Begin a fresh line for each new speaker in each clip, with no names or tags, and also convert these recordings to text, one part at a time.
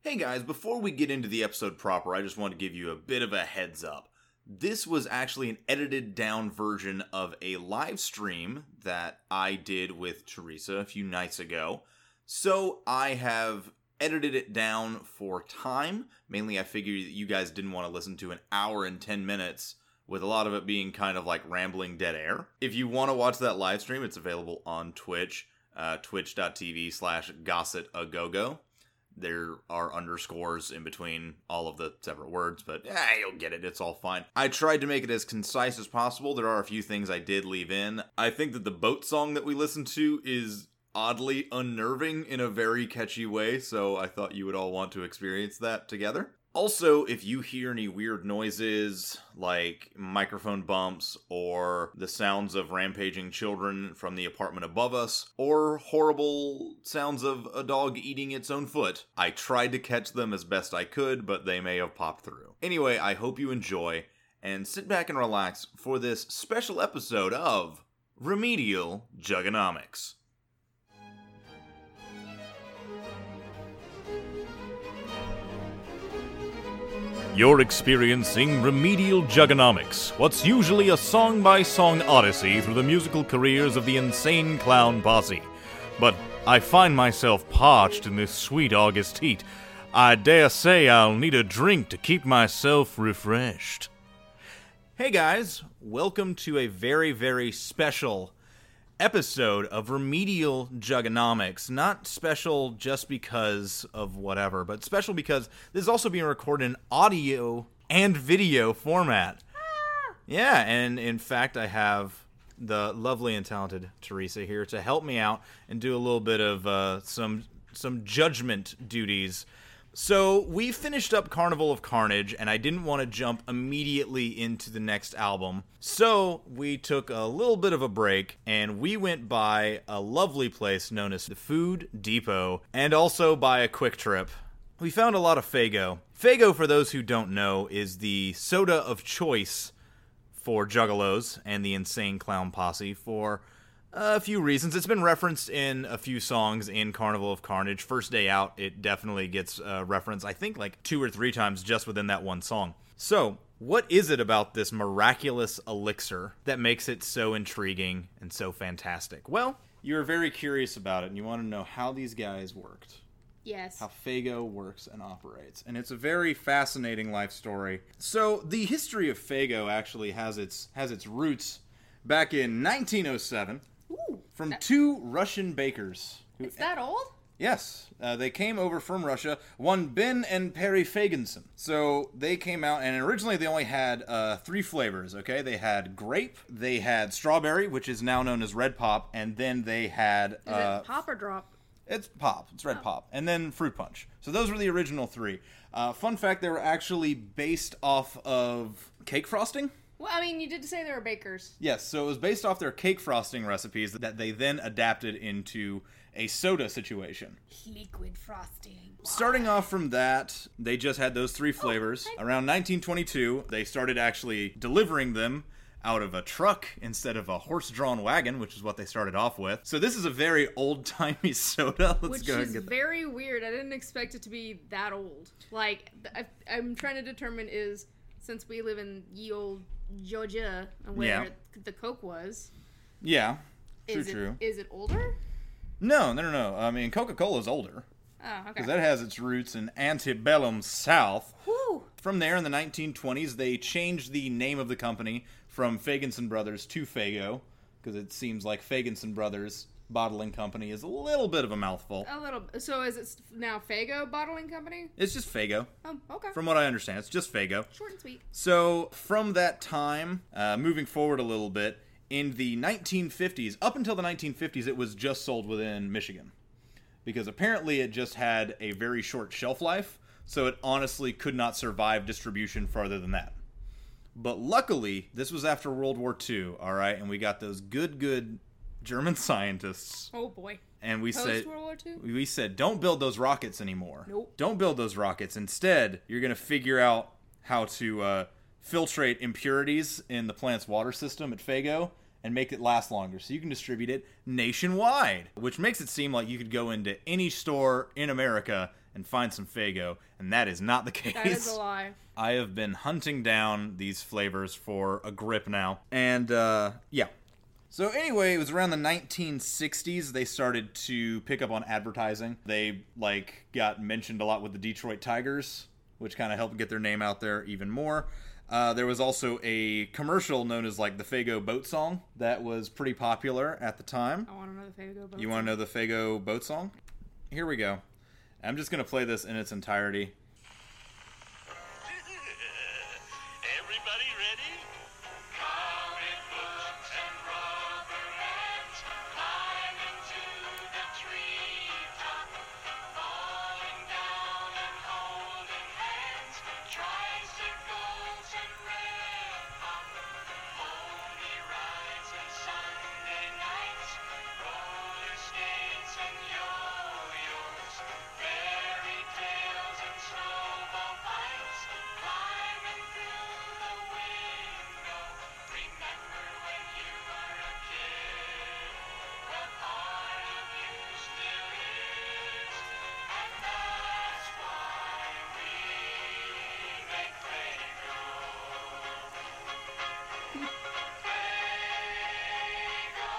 Hey guys, before we get into the episode proper, I just want to give you a bit of a heads up. This was actually an edited down version of a live stream that I did with Teresa a few nights ago. So I have edited it down for time. Mainly, I figured that you guys didn't want to listen to an hour and 10 minutes with a lot of it being kind of like rambling dead air. If you want to watch that live stream, it's available on Twitch, uh, twitch.tv slash gossetagogo. There are underscores in between all of the separate words, but yeah, you'll get it. It's all fine. I tried to make it as concise as possible. There are a few things I did leave in. I think that the boat song that we listened to is oddly unnerving in a very catchy way, so I thought you would all want to experience that together. Also, if you hear any weird noises like microphone bumps or the sounds of rampaging children from the apartment above us or horrible sounds of a dog eating its own foot, I tried to catch them as best I could, but they may have popped through. Anyway, I hope you enjoy and sit back and relax for this special episode of Remedial Jugonomics. You're experiencing Remedial Jugonomics, what's usually a song by song odyssey through the musical careers of the insane clown posse. But I find myself parched in this sweet August heat. I dare say I'll need a drink to keep myself refreshed. Hey guys, welcome to a very, very special episode of Remedial Jugonomics. Not special just because of whatever, but special because this is also being recorded in audio and video format. Yeah, and in fact, I have the lovely and talented Teresa here to help me out and do a little bit of uh, some some judgment duties. So we finished up Carnival of Carnage, and I didn't want to jump immediately into the next album. So we took a little bit of a break, and we went by a lovely place known as the Food Depot, and also by a quick trip. We found a lot of Fago. Fago, for those who don't know, is the soda of choice for Juggalos and the Insane Clown Posse for a few reasons. It's been referenced in a few songs in Carnival of Carnage. First Day Out, it definitely gets uh, referenced, I think, like two or three times just within that one song. So, what is it about this miraculous elixir that makes it so intriguing and so fantastic? Well, you were very curious about it and you want to know how these guys worked
Yes.
how Fago works and operates. And it's a very fascinating life story. So the history of Fago actually has its has its roots back in 1907
Ooh,
from
that-
two Russian bakers. Who,
it's that old?
yes, uh, they came over from Russia. One Ben and Perry Fagenson. So they came out, and originally they only had uh, three flavors. Okay, they had grape, they had strawberry, which is now known as Red Pop, and then they had
Is
uh,
it pop or drop?
it's pop. It's
Oh.
red pop, and then fruit punch. So those were the original three. Uh, fun fact: they were actually based off of cake frosting.
Well, I mean, you did say there were bakers.
Yes, so it was based off their cake frosting recipes that they then adapted into a soda situation.
Liquid frosting.
Starting off from that, they just had those three flavors.
Oh, I-
Around 1922, they started actually delivering them out of a truck instead of a horse-drawn wagon, which is what they started off with. So this is a very old-timey soda. Let's
Which
go ahead
is
and get that.
very weird. I didn't expect it to be that old. Like, th- I, I'm trying to determine is since we live in ye old Georgia and where
Yeah.
the Coke was,
Yeah. True,
is,
true.
It, is it older?
No, no, no, no. I mean, Coca Cola's older
Oh, okay.
because that has its roots in antebellum South.
Whew.
From there, in the 1920s, they changed the name of the company from Fagenson Brothers to Fago because it seems like Fagenson Brothers Bottling Company is a little bit of a mouthful.
A little. So is it now Fago Bottling Company?
It's just Fago.
Oh, okay.
From what I understand, it's just Fago.
Short and sweet.
So, from that time, uh, moving forward a little bit, in the 1950s, up until the 1950s, it was just sold within Michigan. Because apparently it just had a very short shelf life, so it honestly could not survive distribution farther than that. But luckily, this was after World War II, all right, and we got those good, good German scientists,
Oh boy.
and we
Post
said,
World War Two.
we said don't build those rockets anymore.
Nope.
Don't build those rockets. Instead, you're going to figure out how to uh, filtrate impurities in the plant's water system at Fago and make it last longer so you can distribute it nationwide, which makes it seem like you could go into any store in America and find some Fago, and that is not the case.
That is a lie.
I have been hunting down these flavors for a grip now. And uh, yeah. So anyway, it was around the 1960s they started to pick up on advertising. They like got mentioned a lot with the Detroit Tigers, which kind of helped get their name out there even more. Uh, there was also a commercial known as like the Fago Boat Song that was pretty popular at the time.
I want another Fago.
You want to know the Fago Boat Song? Here we go. I'm just gonna play this in its entirety.
Everybody ready? Comic books and rubber bands, climbing to the treetop, falling down and holding hands, tricycles and red pop, pony rides and Sunday nights, roller skates and yo-yos, fairy tales and snowball fights, climbing through the window. Remember when you were a kid? Well, part of you still is, and that's why we make Lego. Lego, remember.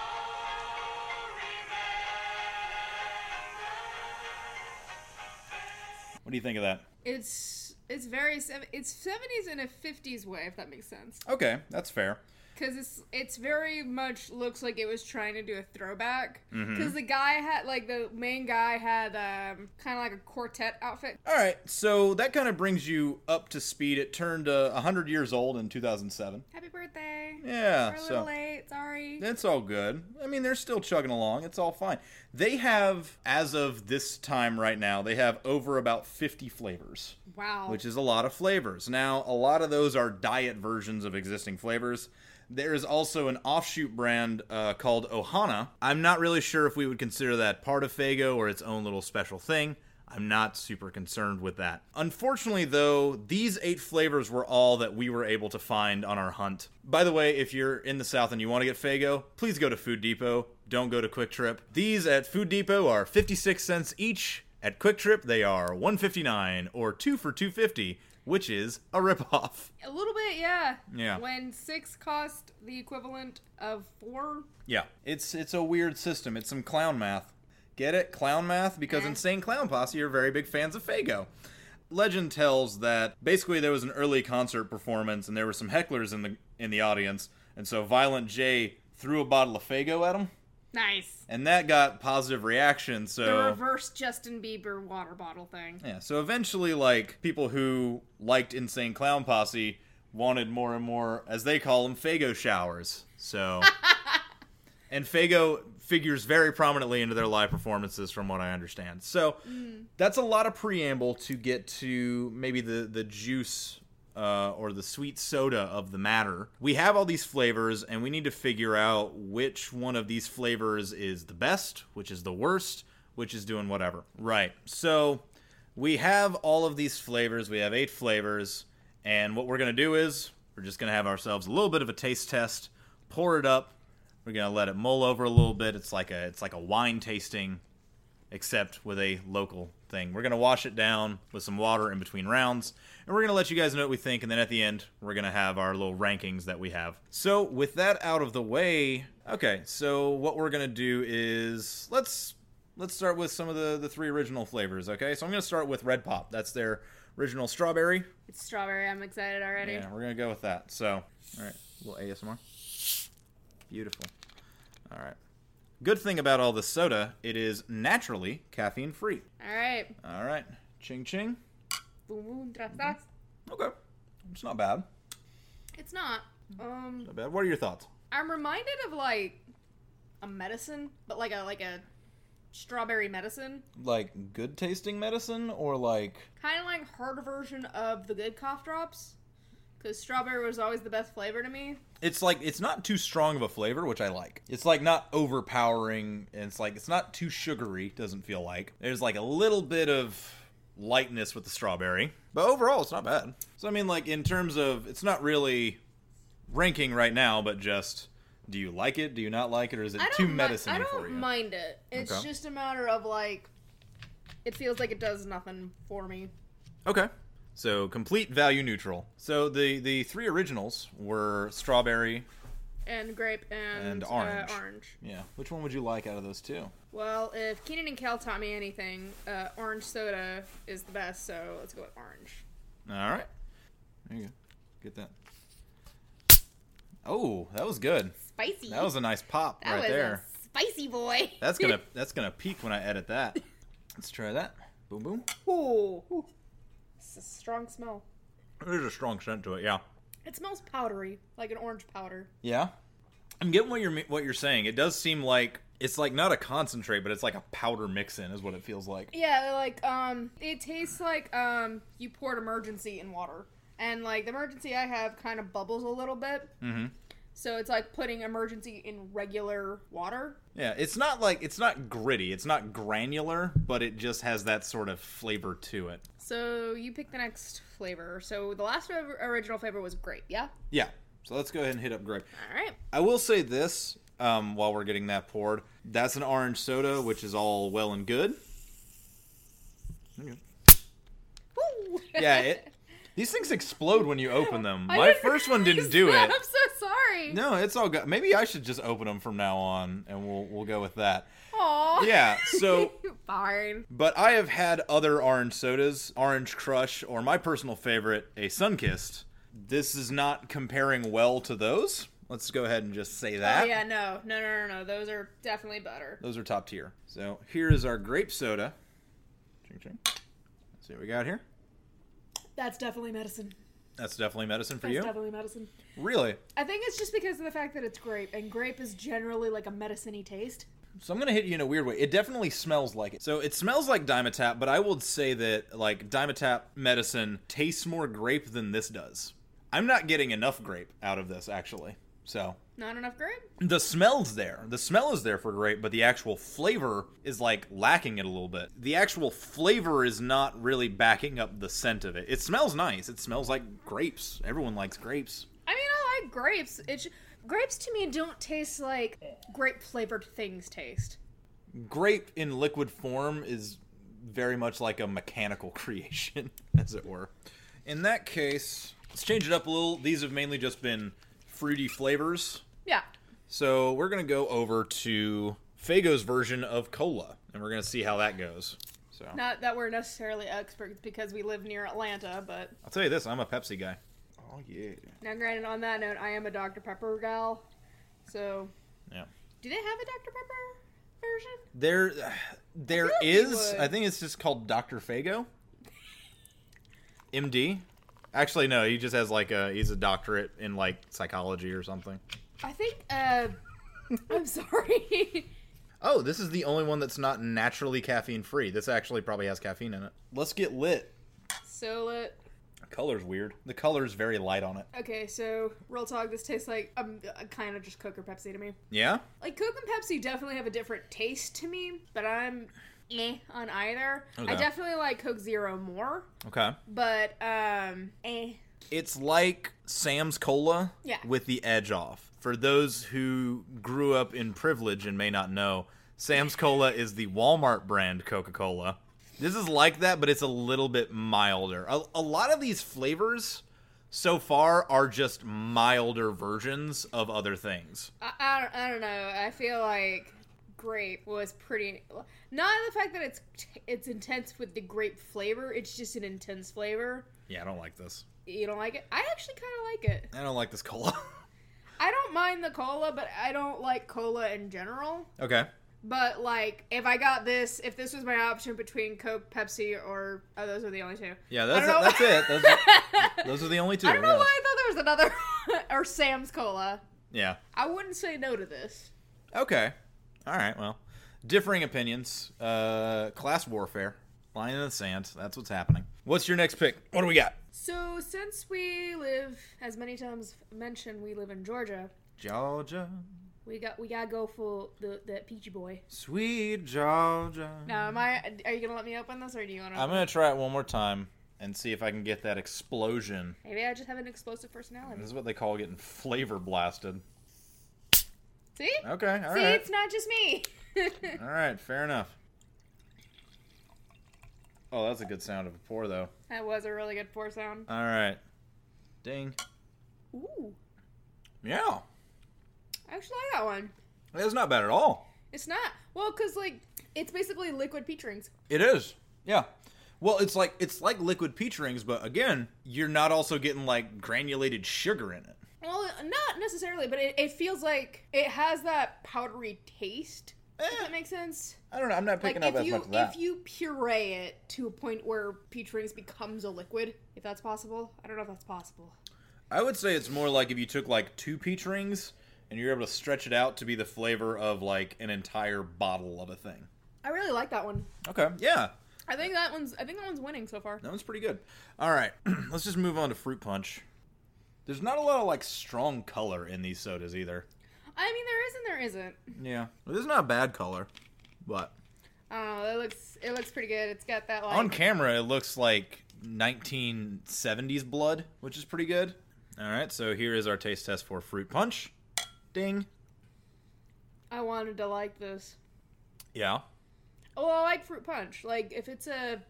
What do you think of that?
It's it's very sev- it's seventies in a fifties way, if that makes sense.
Okay, that's fair.
Because it's it's very much looks like it was trying to do a throwback. Because
Mm-hmm.
the guy had like the main guy had um kind of like a quartet outfit.
All right, so that kind of brings you up to speed. It turned uh, 100 years old in 2007.
Happy birthday!
Yeah,
We're a
so-
little late. Sorry.
That's all good. I mean, they're still chugging along. It's all fine. They have, as of this time right now, they have over about 50 flavors,
wow.
which is a lot of flavors. Now, a lot of those are diet versions of existing flavors. There is also an offshoot brand uh, called Ohana. I'm not really sure if we would consider that part of Fago or its own little special thing. I'm not super concerned with that. Unfortunately, though, these eight flavors were all that we were able to find on our hunt. By the way, if you're in the South and you want to get Fago, please go to Food Depot. Don't go to Quick Trip. These at Food Depot are 56 cents each. At Quick Trip, they are 159 or 2 for 250, which is a ripoff.
a little bit, yeah.
Yeah.
When six cost the equivalent of four.
Yeah. It's it's a weird system. It's some clown math. Get it? Clown math? Because
Eh.
Insane Clown Posse are very big fans of Fago. Legend tells that basically there was an early concert performance and there were some hecklers in the in the audience, and so Violent J threw a bottle of Fago at him,
Nice.
and that got positive reaction.
The
So
reverse Justin Bieber water bottle thing.
yeah, so eventually, like people who liked Insane Clown Posse wanted more and more, as they call them, Fago showers. So, and Fago figures very prominently into their live performances, from what I understand. So, that's a lot of preamble to get to maybe the the juice. Uh, or the sweet soda of the matter. We have all these flavors, and we need to figure out which one of these flavors is the best, which is the worst, which is doing whatever. Right. So we have all of these flavors. We have eight flavors. And what we're going to do is we're just going to have ourselves a little bit of a taste test, pour it up. We're going to let it mull over a little bit. It's like a it's like a wine tasting except with a local thing. We're going to wash it down with some water in between rounds, and we're going to let you guys know what we think and then at the end, we're going to have our little rankings that we have. So, with that out of the way, okay, so what we're going to do is let's let's start with some of the the three original flavors, okay? So, I'm going to start with Red Pop. That's their original strawberry.
It's strawberry. I'm excited already.
Yeah, we're gonna go with that. So, all right, a little ASMR. Beautiful. All right. Good thing about all this soda, it is naturally caffeine free.
All right.
All right, ching ching.
Boom boom. Drop that.
Okay, it's not bad.
It's not. Um,
Not bad. What are your thoughts?
I'm reminded of like a medicine, but like a like a strawberry medicine,
Like good tasting medicine, or like
kind of like hard version of the good cough drops, because strawberry was always the best flavor to me.
it's like it's not too strong of a flavor, which I like. It's like not overpowering, and it's like it's not too sugary. Doesn't feel like there's like a little bit of lightness with the strawberry, but overall it's not bad. So I mean, like in terms of it's not really ranking right now, but just do you like it? Do you not like it? Or is it
I don't
too
mi-
medicine
I
for
don't
you?
mind it. It's
Okay.
just a matter of like It feels like it does nothing for me.
Okay. So complete value neutral. So the the three originals were strawberry.
And grape and,
And orange.
Uh, orange.
Yeah. Which one would you like out of those two?
Well, if Keenan and Cal taught me anything, uh, orange soda is the best, so let's go with orange.
All right. There you go. Get that. Oh, that was good.
Spicy.
That was a nice pop
That
right
was
there.
a spicy boy.
That's gonna that's gonna peak when I edit that. Let's try that. Boom boom.
Ooh. It's a strong smell.
There's a strong scent to it. Yeah.
It smells powdery, like an orange powder.
Yeah. I'm getting what you're mi- what you're saying. It does seem like it's like not a concentrate, but it's like a powder mix in is what it feels like.
Yeah, like um, it tastes like um, you poured emergency in water, and like the emergency I have kind of bubbles a little bit. Mm-hmm. So it's like putting emergency in regular water.
Yeah, it's not like it's not gritty, it's not granular, but it just has that sort of flavor to it.
So you pick the next flavor. So the last or- original flavor was grape. Yeah.
Yeah. So let's go ahead and hit up grape.
All right.
I will say this um, while we're getting that poured. That's an orange soda, which is all well and good.
Woo!
Yeah, it. These things explode when you open them.
I
My first one didn't do
I'm
it.
so sorry.
No, it's all good. Maybe I should just open them from now on, and we'll we'll go with that.
Aw.
Yeah. So
Fine.
But I have had other orange sodas, Orange Crush, or my personal favorite, a Sunkist. This is not comparing well to those. Let's go ahead and just say that.
Oh yeah, no, no, no, no, no. Those are definitely better.
Those are top tier. So here is our grape soda. Ching, ching. Let's see what we got here.
That's definitely medicine.
That's definitely medicine for
That's
you.
definitely medicine.
really?
I think it's just because of the fact that it's grape, and grape is generally like a medicine-y taste.
So I'm gonna hit you in a weird way. It definitely smells like it. So it smells like Dimetapp, but I would say that like Dimetapp medicine tastes more grape than this does. I'm not getting enough grape out of this actually. So
Not enough grape?
the smell's there. The smell is there for grape, but the actual flavor is like lacking it a little bit. The actual flavor is not really backing up the scent of it. It smells nice. It smells like grapes. Everyone likes grapes.
I mean, I like grapes. It's grapes to me don't taste like grape-flavored things taste.
Grape in liquid form is very much like a mechanical creation, as it were. In that case, let's change it up a little. These have mainly just been fruity flavors.
Yeah.
So we're gonna go over to Fago's version of cola, and we're gonna see how that goes. So
Not that we're necessarily experts because we live near Atlanta, but
I'll tell you this, I'm a Pepsi guy. Oh yeah.
now granted on that note, I am a Dr. Pepper gal. So
Yeah.
do they have a Dr. Pepper version?
There there
I feel like you
is
would.
I think it's just called Dr. Fago. MD. Actually no, he just has like a he's a doctorate in like psychology or something.
I think uh I'm sorry.
Oh, this is the only one that's not naturally caffeine free. This actually probably has caffeine in it. Let's get lit.
so let
Color's weird. The color's very light on it.
Okay, so real talk, this tastes like um, kind of just Coke or Pepsi to me.
Yeah?
Like Coke and Pepsi definitely have a different taste to me, but I'm eh on either. I
Okay.
definitely like Coke Zero more,
Okay.
but um eh.
It's like Sam's Cola
Yeah.
with the edge off. For those who grew up in privilege and may not know, Sam's Cola is the Walmart brand Coca Cola. This is like that, but it's a little bit milder. A, a lot of these flavors so far are just milder versions of other things.
I, I, don't, I don't know. I feel like grape was pretty not the fact that it's it's intense with the grape flavor. It's just an intense flavor.
Yeah, I don't like this.
You don't like it? I actually kind of like it.
I don't like this cola.
I don't mind the cola, but I don't like cola in general.
okay.
But like, if I got this, if this was my option between Coke, Pepsi, or oh, those are the only two.
Yeah,
I
that's
don't know-
that's it. Those, those are the only two.
I don't know
yeah.
why I thought there was another or Sam's Cola.
yeah.
I wouldn't say no to this.
Okay. All right. Well, differing opinions. Uh, class warfare. Line in the sand. That's what's happening. What's your next pick? What do we got?
So since we live, as many times mentioned, we live in Georgia.
Georgia,
We got we gotta go for the the peachy boy.
sweet Georgia.
Now, am I? Are you gonna let me open this, or do you wanna?
I'm gonna try it one more time and see if I can get that explosion.
Maybe I just have an explosive personality.
This is what they call getting flavor blasted.
See?
Okay. All
See,
right.
it's not just me.
All right. Fair enough. Oh, that's a good sound of a pour, though.
That was a really good pour sound.
All right. Ding.
Ooh,
Yeah.
I actually like that one.
It's not bad at all.
It's not well, cause like it's basically liquid peach rings.
It is. Yeah. Well, it's like it's like liquid peach rings, but again, you're not also getting like granulated sugar in it.
Well, not necessarily, but it, it feels like it has that powdery taste. If
Eh.
that makes sense.
I don't know. I'm not
Like
picking up
if
as
you
much of that.
if you puree it to a point where peach rings becomes a liquid, if that's possible. I don't know if that's possible.
I would say it's more like if you took like two peach rings and you're able to stretch it out to be the flavor of like an entire bottle of a thing.
I really like that one.
Okay. Yeah.
I think that one's I think that one's winning so far.
That one's pretty good. All right. Let's just move on to fruit punch. There's not a lot of like strong color in these sodas either.
I mean, there is and there isn't.
Yeah. This is not bad color, but
Oh, it looks it looks pretty good. It's got that like
on camera it looks like 1970s blood, which is pretty good. All right. So here is our taste test for fruit punch. Ding.
I wanted to like this.
Yeah.
Oh, I like fruit punch. Like if it's a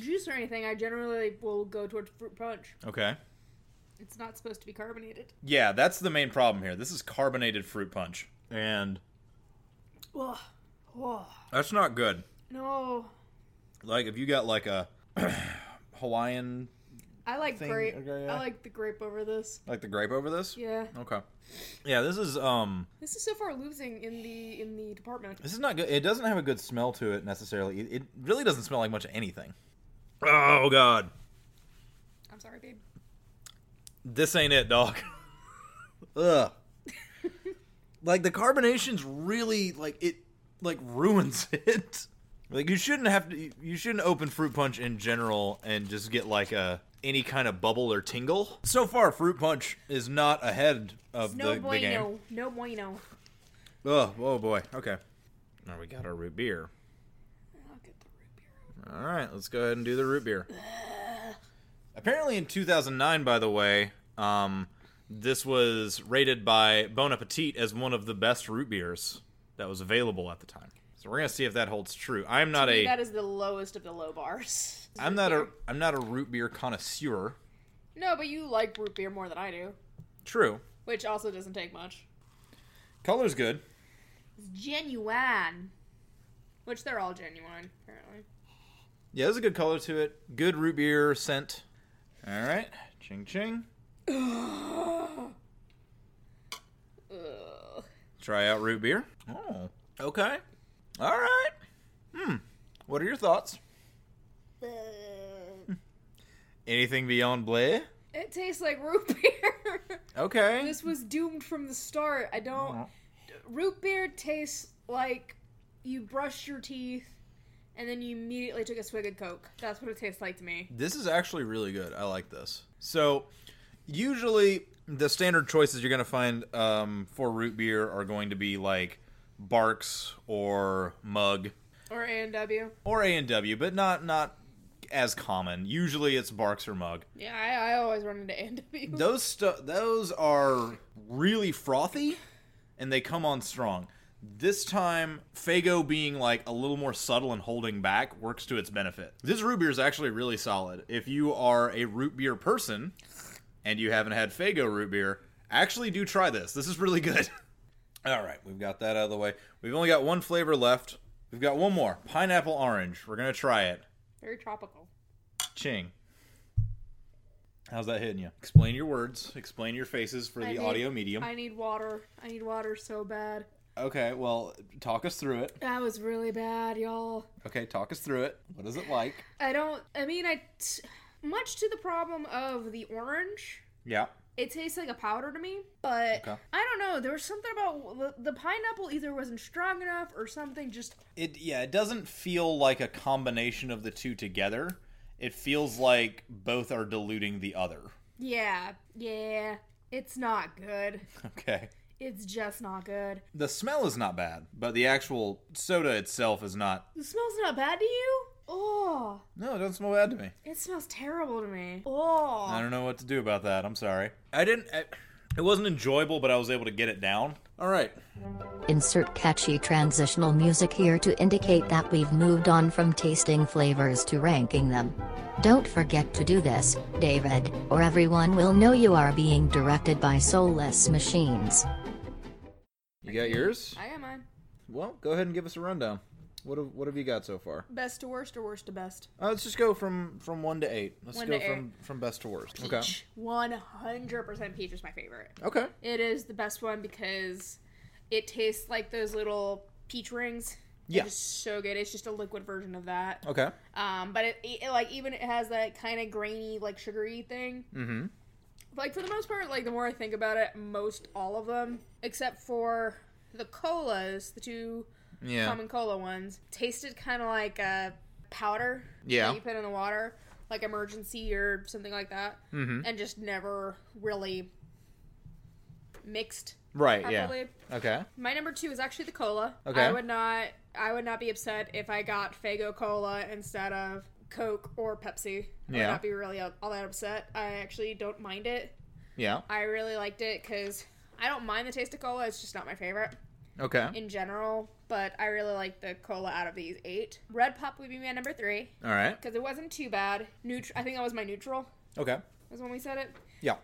juice or anything, I generally will go towards fruit punch.
Okay.
It's not supposed to be carbonated.
Yeah, that's the main problem here. This is carbonated fruit punch. And
Ugh. Ugh.
that's not good.
No,
Like if you got like a Hawaiian
I like
Thing,
grape.
okay, yeah.
I like the grape over this.
like the grape over this?
Yeah,
Okay. Yeah, this is um
this is so far losing in the in the department.
this is not good. It doesn't have a good smell to it necessarily. It, it really doesn't smell like much of anything. Oh god.
I'm sorry, babe.
This ain't it, dog. Ugh. like the carbonation's really like it like ruins it. Like you shouldn't have to you shouldn't open fruit punch in general and just get like a any kind of bubble or tingle. So far fruit punch is not ahead of
No
the, the game.
bueno, no bueno.
Oh, oh boy. Okay. Now we got our root beer.
I'll get the root beer.
All right, let's go ahead and do the root beer. Apparently, in 2009, by the way, um, this was rated by Bon Appetit as one of the best root beers that was available at the time. So we're gonna see if that holds true. I'm not
That
a
is the lowest of the low bars.
I'm not a I'm not a root beer connoisseur.
No, but you like root beer more than I do,
True.
which also doesn't take much.
Color's good.
It's genuine, which they're all genuine apparently.
Yeah, there's a good color to it. Good root beer scent. All right, ching ching.
Ugh.
Try out root beer. Oh, okay. All right. Hmm. What are your thoughts? Anything beyond bleh?
It tastes like root beer.
Okay.
this was doomed from the start. I don't. Root beer tastes like you brushed your teeth and then you immediately took a swig of Coke. That's what it tastes like to me.
This is actually really good. I like this. So, usually the standard choices you're going to find um, for root beer are going to be like Barks or Mug
Or A&W.
or A and W, but not not as common. Usually it's Barks or Mug.
Yeah, I, I always run into A&W.
Those stu- those are really frothy, and they come on strong. This time, Fago being like a little more subtle and holding back works to its benefit. This root beer is actually really solid. If you are a root beer person and you haven't had Fago root beer, actually do try this. This is really good. All right, we've got that out of the way. We've only got one flavor left. We've got one more pineapple orange. We're gonna try it.
Very tropical.
Ching. How's that hitting you? Explain your words. Explain your faces for
I
the
need-
audio medium.
I need water. I need water so bad.
Okay, well, talk us through it.
That was really bad, y'all.
Okay, talk us through it. What is it like?
I don't. I mean, I. T- much to the problem of the orange,
Yeah.
it tastes like a powder to me. But
Okay.
I don't know. There was something about the, the pineapple either wasn't strong enough or something. Just
It yeah, it doesn't feel like a combination of the two together. It feels like both are diluting the other.
yeah, yeah. It's not good.
Okay.
It's just not good.
The smell is not bad, but the actual soda itself is not.
The smell's not bad to you. Oh,
No, it doesn't smell bad to me.
it smells terrible to me. Oh,
I don't know what to do about that. I'm sorry. I didn't. I,
It wasn't enjoyable, but I was able to get it down.
All right.
Insert catchy transitional music here to indicate that we've moved on from tasting flavors to ranking them. Don't forget to do this, David, or everyone will know you are being directed by soulless machines.
You got yours?
I got mine.
Well, go ahead and give us a rundown. What have, what have you got so far?
Best to worst or worst to best?
Uh, let's just go from from one to eight. Let's
One
go
to
from from best to worst.
Peach. One hundred percent peach is my favorite.
Okay. Okay.
It is the best one because it tastes like those little peach rings.
Yeah.
It is so good. It's just a liquid version of that.
Okay.
Um, but it, it like even it has that kind of grainy, like sugary thing. Mm-hmm. Like for the most part, like the more I think about it, most all of them, except for the colas, the two
Yeah.
common cola ones, tasted kind of like a powder
Yeah.
that you put in the water, like emergency or something like that, mm-hmm. and just never really mixed
Right.
properly.
Yeah. Okay.
My number two is actually the cola.
Okay.
I would not. I would not be upset if I got Fago Cola instead of Coke or Pepsi.
Yeah.
I would not be really all all that upset. I actually don't mind it.
Yeah.
I really liked it because I don't mind the taste of cola. It's just not my favorite
Okay.
in general. But I really like the cola out of these eight. Red Pop would be my number three
All right.
because it wasn't too bad. Neut- I think that was my neutral.
Okay.
Was when we said it.
Yeah.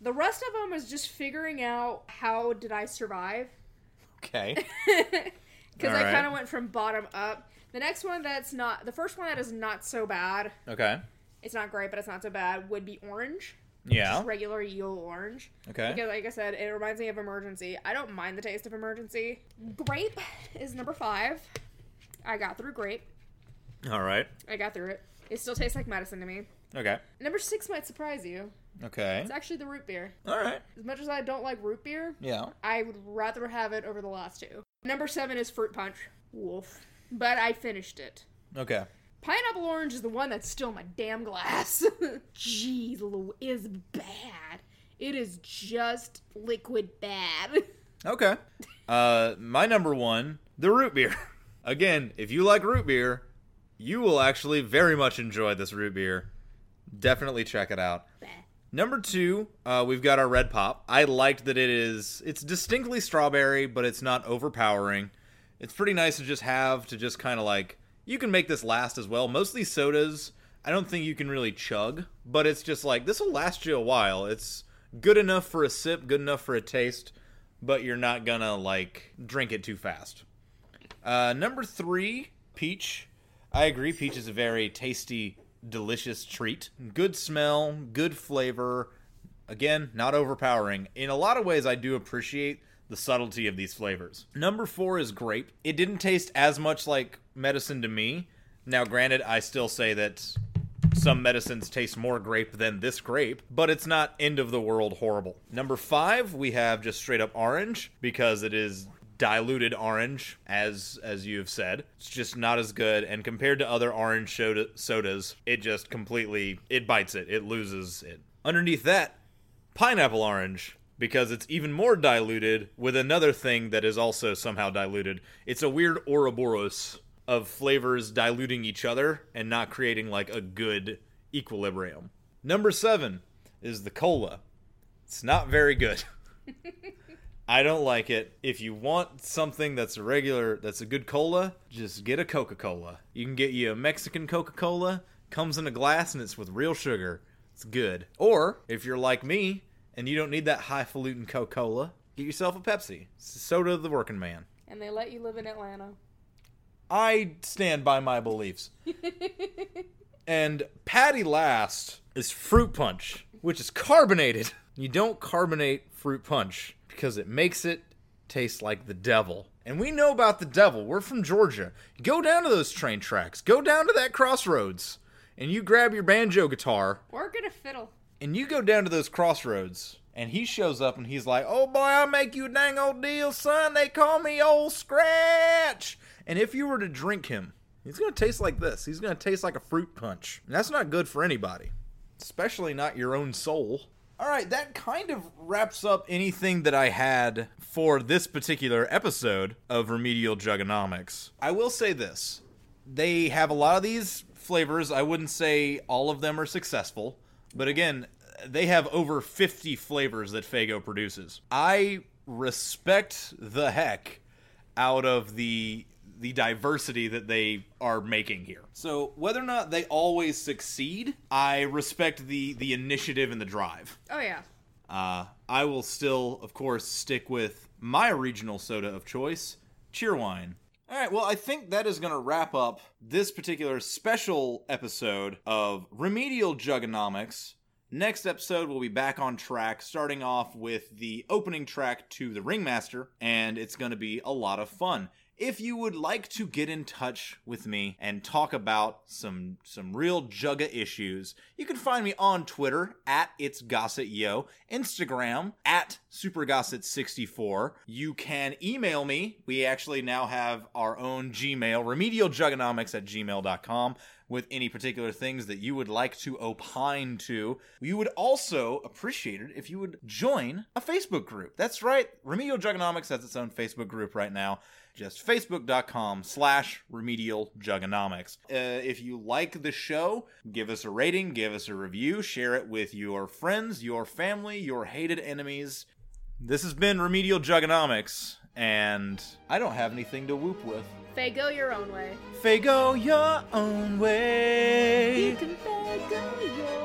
The rest of them was just figuring out how did I survive.
Okay.
because I
Alright.
kind of went from bottom up. The next one that's not the first one that is not so bad.
okay.
It's not great, but it's not so bad. Would be orange,
Yeah.
just regular Yule orange.
Oh. Okay.
Because, like I said, it reminds me of emergency. I don't mind the taste of emergency. Grape is number five. I got through grape.
All right.
I got through it. It still tastes like medicine to me.
Okay.
Number six might surprise you.
Okay.
It's actually the root beer.
All right.
As much as I don't like root beer,
Yeah.
I would rather have it over the last two. Number seven is fruit punch. Wolf. But I finished it.
Okay.
Pineapple orange is the one that's still in my damn glass. Jeez, Lou is bad. It is just liquid bad.
Okay. Uh, my number one, the root beer. Again, if you like root beer, you will actually very much enjoy this root beer. Definitely check it out. Number two, uh, we've got our red pop. I liked that it is. It's distinctly strawberry, but it's not overpowering. It's pretty nice to just have to just kind of like you can make this last as well. Most of these sodas, I don't think you can really chug, but it's just like this will last you a while. It's good enough for a sip, good enough for a taste, but you're not gonna like drink it too fast. Uh, number three, peach. I agree. Peach is a very tasty, delicious treat. Good smell, good flavor. Again, not overpowering. In a lot of ways, I do appreciate the subtlety of these flavors. Number four is grape. It didn't taste as much like medicine to me. Now, granted, I still say that some medicines taste more grape than this grape, but it's not end of the world horrible. Number five, we have just straight up orange because it is diluted orange, as as you have said. It's just not as good, and compared to other orange soda, sodas, it just completely it bites it, it loses it. Underneath that, pineapple orange because it's even more diluted with another thing that is also somehow diluted. It's a weird Ouroboros of flavors diluting each other and not creating like a good equilibrium. Number seven is the cola. It's not very good. I don't like it. If you want something that's a regular, that's a good cola, just get a Coca Cola. You can get you a Mexican Coca Cola, comes in a glass and it's with real sugar. It's good. Or if you're like me and you don't need that highfalutin Coca Cola, get yourself a Pepsi. It's the soda of the working man.
and they let you live in Atlanta.
I stand by my beliefs. and Patty Last is fruit punch, which is carbonated. You don't carbonate fruit punch because it makes it taste like the devil. And we know about the devil. We're from Georgia. Go down to those train tracks, go down to that crossroads, and you grab your banjo guitar
Or get a fiddle.
and you go down to those crossroads, and he shows up and he's like, Oh boy, I'll make you a dang old deal, son. They call me Old Scratch. And if you were to drink him, he's going to taste like this. He's going to taste like a fruit punch. And that's not good for anybody, especially not your own soul. All right, that kind of wraps up anything that I had for this particular episode of Remedial Jugonomics. I will say this they have a lot of these flavors. I wouldn't say all of them are successful, but again, they have over 50 flavors that Fago produces. I respect the heck out of the the diversity that they are making here. So whether or not they always succeed, I respect the the initiative and the drive.
Oh yeah.
Uh, I will still, of course, stick with my regional soda of choice, Cheerwine. All right, well, I think that is going to wrap up this particular special episode of Remedial Juggonomics. Next episode, we'll be back on track, starting off with the opening track to The Ringmaster, and it's going to be a lot of fun. If you would like to get in touch with me and talk about some some real Jugga issues, you can find me on Twitter at it's gossip yo, Instagram at supergossip64. You can email me. We actually now have our own Gmail, remedialjuggonomics at gmail.com with any particular things that you would like to opine to. You would also appreciate it if you would join a Facebook group. That's right, Remedial Juggonomics has its own Facebook group right now. Just facebook.com slash remedial juggonomics. Uh, if you like the show, give us a rating, give us a review, share it with your friends, your family, your hated enemies. This has been Remedial Juggonomics, and I don't have anything to whoop with.
Faye, go your own way.
Faye, go your own way.
Faye, go your